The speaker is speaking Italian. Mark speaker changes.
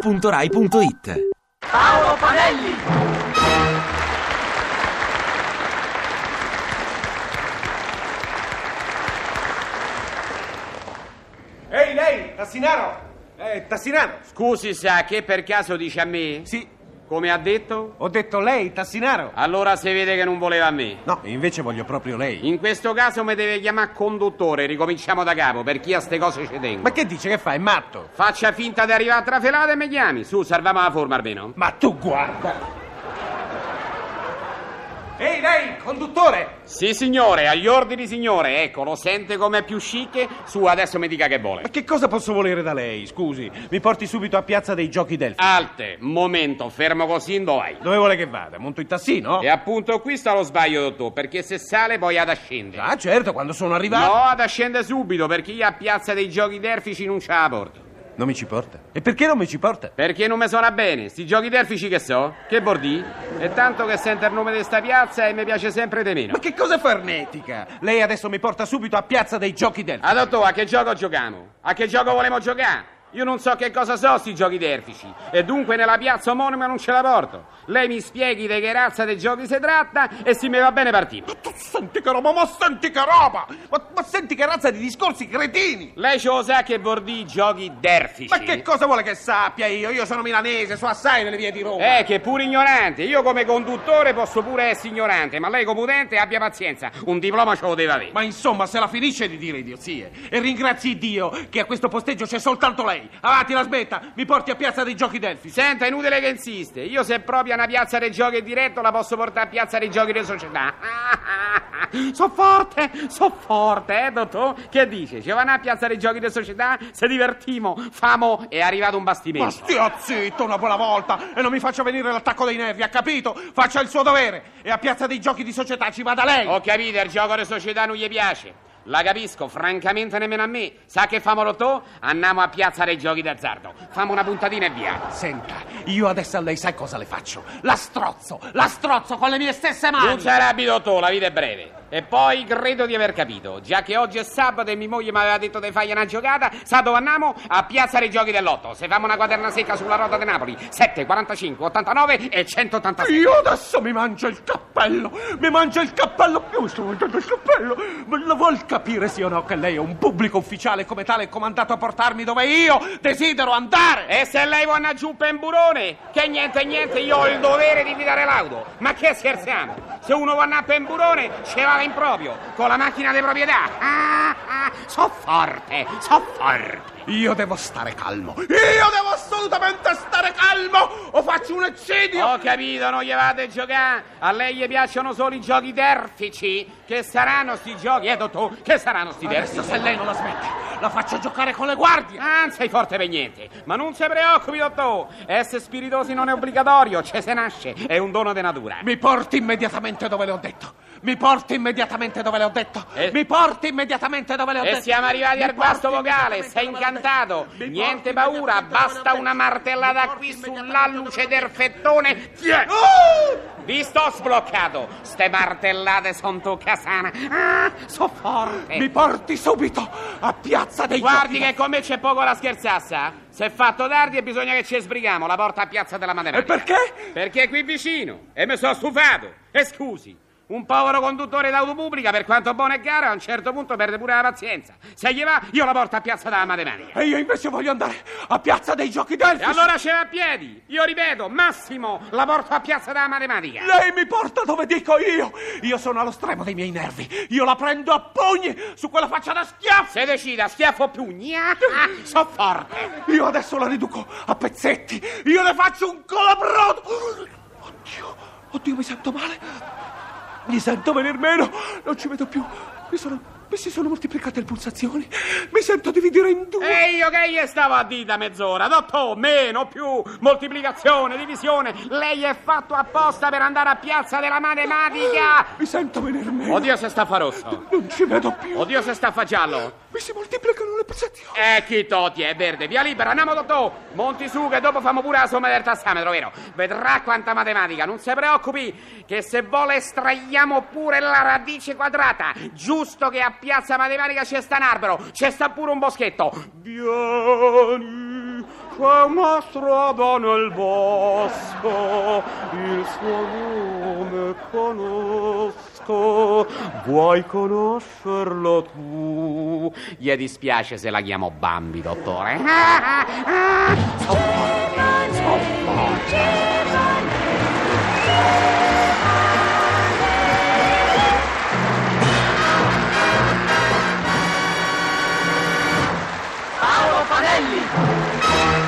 Speaker 1: radio2pod.rai.it
Speaker 2: Paolo Panelli!
Speaker 3: Ehi lei, Tassinaro! Eh, Tassinaro!
Speaker 4: Scusi, sa che per caso dice a me?
Speaker 3: Sì,
Speaker 4: Come ha detto?
Speaker 3: ho detto lei, Tassinaro!
Speaker 4: Allora si vede che non voleva me.
Speaker 3: No, invece voglio proprio lei.
Speaker 4: In questo caso mi deve chiamare conduttore, ricominciamo da capo, per chi a ste cose ci tengo.
Speaker 3: Ma che dice che fa? È matto!
Speaker 4: Faccia finta di arrivare a trafelata e mi chiami. Su, salviamo la forma almeno.
Speaker 3: Ma tu guarda! Ehi lei, conduttore!
Speaker 4: Sì, signore, agli ordini, signore. Ecco, lo sente com'è più chic? Su, adesso mi dica che
Speaker 3: Ma
Speaker 4: vuole.
Speaker 3: che cosa posso volere da lei? Scusi, mi porti subito a Piazza dei Giochi Delfi.
Speaker 4: Alte, momento, fermo così, in vai.
Speaker 3: Dove vuole che vada? Monto in tassino?
Speaker 4: E appunto qui sta lo sbaglio, dottor, perché se sale poi ad ascendere.
Speaker 3: Ah, certo, quando sono arrivato.
Speaker 4: No, ad ascendere subito, perché io a Piazza dei Giochi Derfici non ce la porto.
Speaker 3: Non mi ci porta. E perché non mi ci porta?
Speaker 4: Perché non mi suona bene, sti giochi derfici che so, che bordì? E tanto che sento il nome di sta piazza e mi piace sempre di meno.
Speaker 3: Ma che cosa farnetica? Lei adesso mi porta subito a Piazza dei Giochi Delfi.
Speaker 4: Ah, dottor, a che gioco giochiamo? A che gioco volemo giocare? Io non so che cosa so sti giochi derfici e dunque nella piazza omonima non ce la porto. Lei mi spieghi di che razza di giochi si tratta e se mi va bene partiamo.
Speaker 3: Tu senti che roba, ma senti che roba! Ma, ma senti che razza di discorsi cretini!
Speaker 4: Lei ce lo sa che bordì giochi derfici?
Speaker 3: Ma che cosa vuole che sappia io? Io sono milanese, so assai delle vie di Roma.
Speaker 4: Eh, che pure ignorante. Io come conduttore posso pure essere ignorante, ma lei come utente abbia pazienza. Un diploma ce lo deve avere.
Speaker 3: Ma insomma, se la finisce di dire idiozie. E ringrazi Dio che a questo posteggio c'è soltanto lei. Avanti, la smetta, mi porti a Piazza dei Giochi Delfi.
Speaker 4: Senta, è inutile che insiste. Io se proprio a una piazza dei giochi diretto la posso portare a piazza dei giochi delle società. so forte, so forte, eh, dottor? Che dice? Ci vanno a piazza dei giochi delle società, se divertimo, famo, è arrivato un
Speaker 3: Ma
Speaker 4: bastimento.
Speaker 3: stia zitto una buona volta e non mi faccia venire l'attacco dei nervi, ha capito? Faccia il suo dovere e a Piazza dei Giochi di Società ci vada lei.
Speaker 4: Ho capito, il gioco delle società non gli piace. La capisco, francamente nemmeno a me. Sa che famo, dottor? Andiamo a piazza dei giochi d'azzardo. Famo una puntatina e via.
Speaker 3: Senta, io adesso a lei sai cosa le faccio? La strozzo, la strozzo con le mie stesse mani.
Speaker 4: Non ci arrabbi, dottor, la vita è breve. E poi credo di aver capito, già che oggi è sabato e mia moglie mi aveva detto di fare una giocata, sa dove andiamo? A Piazza dei Giochi dell'Otto. Se famo una quaderna secca sulla ruota di Napoli, 7, 45, 89 e 186.
Speaker 3: Io adesso mi mangio il cappello, mi mangio il cappello, io sto mangiando il cappello, ma la vuol capire sì o no che lei è un pubblico ufficiale come tale è comandato a portarmi dove io desidero andare?
Speaker 4: E se lei vuole andare giù per un burone? Che niente, niente, io ho il dovere di guidare l'auto. Ma che scherziamo? Se uno vuole andare per un burone, ce va in proprio, con la macchina di proprietà. Ah, ah, so forte, so forte.
Speaker 3: Io devo stare calmo, io devo assolutamente stare calmo o faccio un eccidio!
Speaker 4: Ho capito, non gli vate a giocare. A lei gli piacciono solo i giochi derfici. Che saranno sti giochi, eh, dottor? Che saranno sti
Speaker 3: Adesso
Speaker 4: derfici?
Speaker 3: se lei non la smette, la faccio giocare con le guardie!
Speaker 4: Ah, sei forte per niente. Ma non si preoccupi, dottor. Essere spiritosi non è obbligatorio, ce se nasce. È un dono di natura.
Speaker 3: Mi porti immediatamente dove le ho detto! Mi porti immediatamente dove le ho detto!
Speaker 4: E-
Speaker 3: Mi porti immediatamente dove le ho detto!
Speaker 4: E Eh, siamo arrivati
Speaker 3: Mi
Speaker 4: al guasto
Speaker 3: porti
Speaker 4: vocale,
Speaker 3: immediatamente
Speaker 4: sei
Speaker 3: dove le ho
Speaker 4: incantato.
Speaker 3: detto. Mi porti
Speaker 4: Niente paura,
Speaker 3: immediatamente dove le
Speaker 4: basta
Speaker 3: ho
Speaker 4: una
Speaker 3: detto. Mi
Speaker 4: martellata
Speaker 3: porti
Speaker 4: qui
Speaker 3: immediatamente
Speaker 4: sull'alluce
Speaker 3: dove le ho
Speaker 4: del fettone. Tiè!
Speaker 3: detto. Oh!
Speaker 4: Vi sto sbloccato. Ste martellate son tocca sana. Ah, so forte.
Speaker 3: Mi porti subito a Piazza dei
Speaker 4: Guardi
Speaker 3: Giochi.
Speaker 4: che con me c'è poco da scherzassa. Se è fatto tardi e bisogna che ci sbrighiamo, la porta a Piazza della
Speaker 3: E
Speaker 4: Matematica.
Speaker 3: perché?
Speaker 4: Perché è qui vicino e mi sono stufato. E scusi, un povero conduttore d'autopubblica, per quanto buono e caro, a un certo punto perde pure la pazienza. Se gli va, io la porto a Piazza della Matematica.
Speaker 3: E io invece voglio andare a Piazza dei Giochi Delfi.
Speaker 4: E allora ce l'ha a piedi. Io ripeto, Massimo, la porto a Piazza della Matematica.
Speaker 3: Lei mi porta dove dico io. Io sono allo stremo dei miei nervi. Io la prendo a pugni su quella faccia da schiaffo.
Speaker 4: Se decida, schiaffo o pugni. Ah, ah, so forte.
Speaker 3: Io adesso la riduco a pezzetti. Io le faccio un colabrodo. Oddio, oddio, mi sento male. Mi sento venir meno. Non ci vedo più. Mi sono... Mi si sono moltiplicate le pulsazioni. Mi sento dividere in due.
Speaker 4: E io che gli stavo a dita mezz'ora, dottor, meno, più, moltiplicazione, divisione. Lei è fatto apposta per andare a piazza della matematica.
Speaker 3: Mi sento venir meno.
Speaker 4: Oddio se staffa rosso.
Speaker 3: Non ci vedo più.
Speaker 4: Oddio se staffa giallo.
Speaker 3: Mi si moltiplicano le pulsazioni.
Speaker 4: Eh, chi toti è verde, via libera, andiamo dottor. Monti su che dopo famo pure la somma del tassametro, vero? Vedrà quanta matematica, non si preoccupi, che se vuole estraiamo pure la radice quadrata. Giusto che a piazza matematica c'è sta un albero, c'è sta pure un boschetto. Vieni. C'è un strada nel bosco, il suo nome conosco, vuoi conoscerlo tu? Gli dispiace se la chiamo Bambi, dottore. So forte, so forte.
Speaker 1: Paolo Fanelli.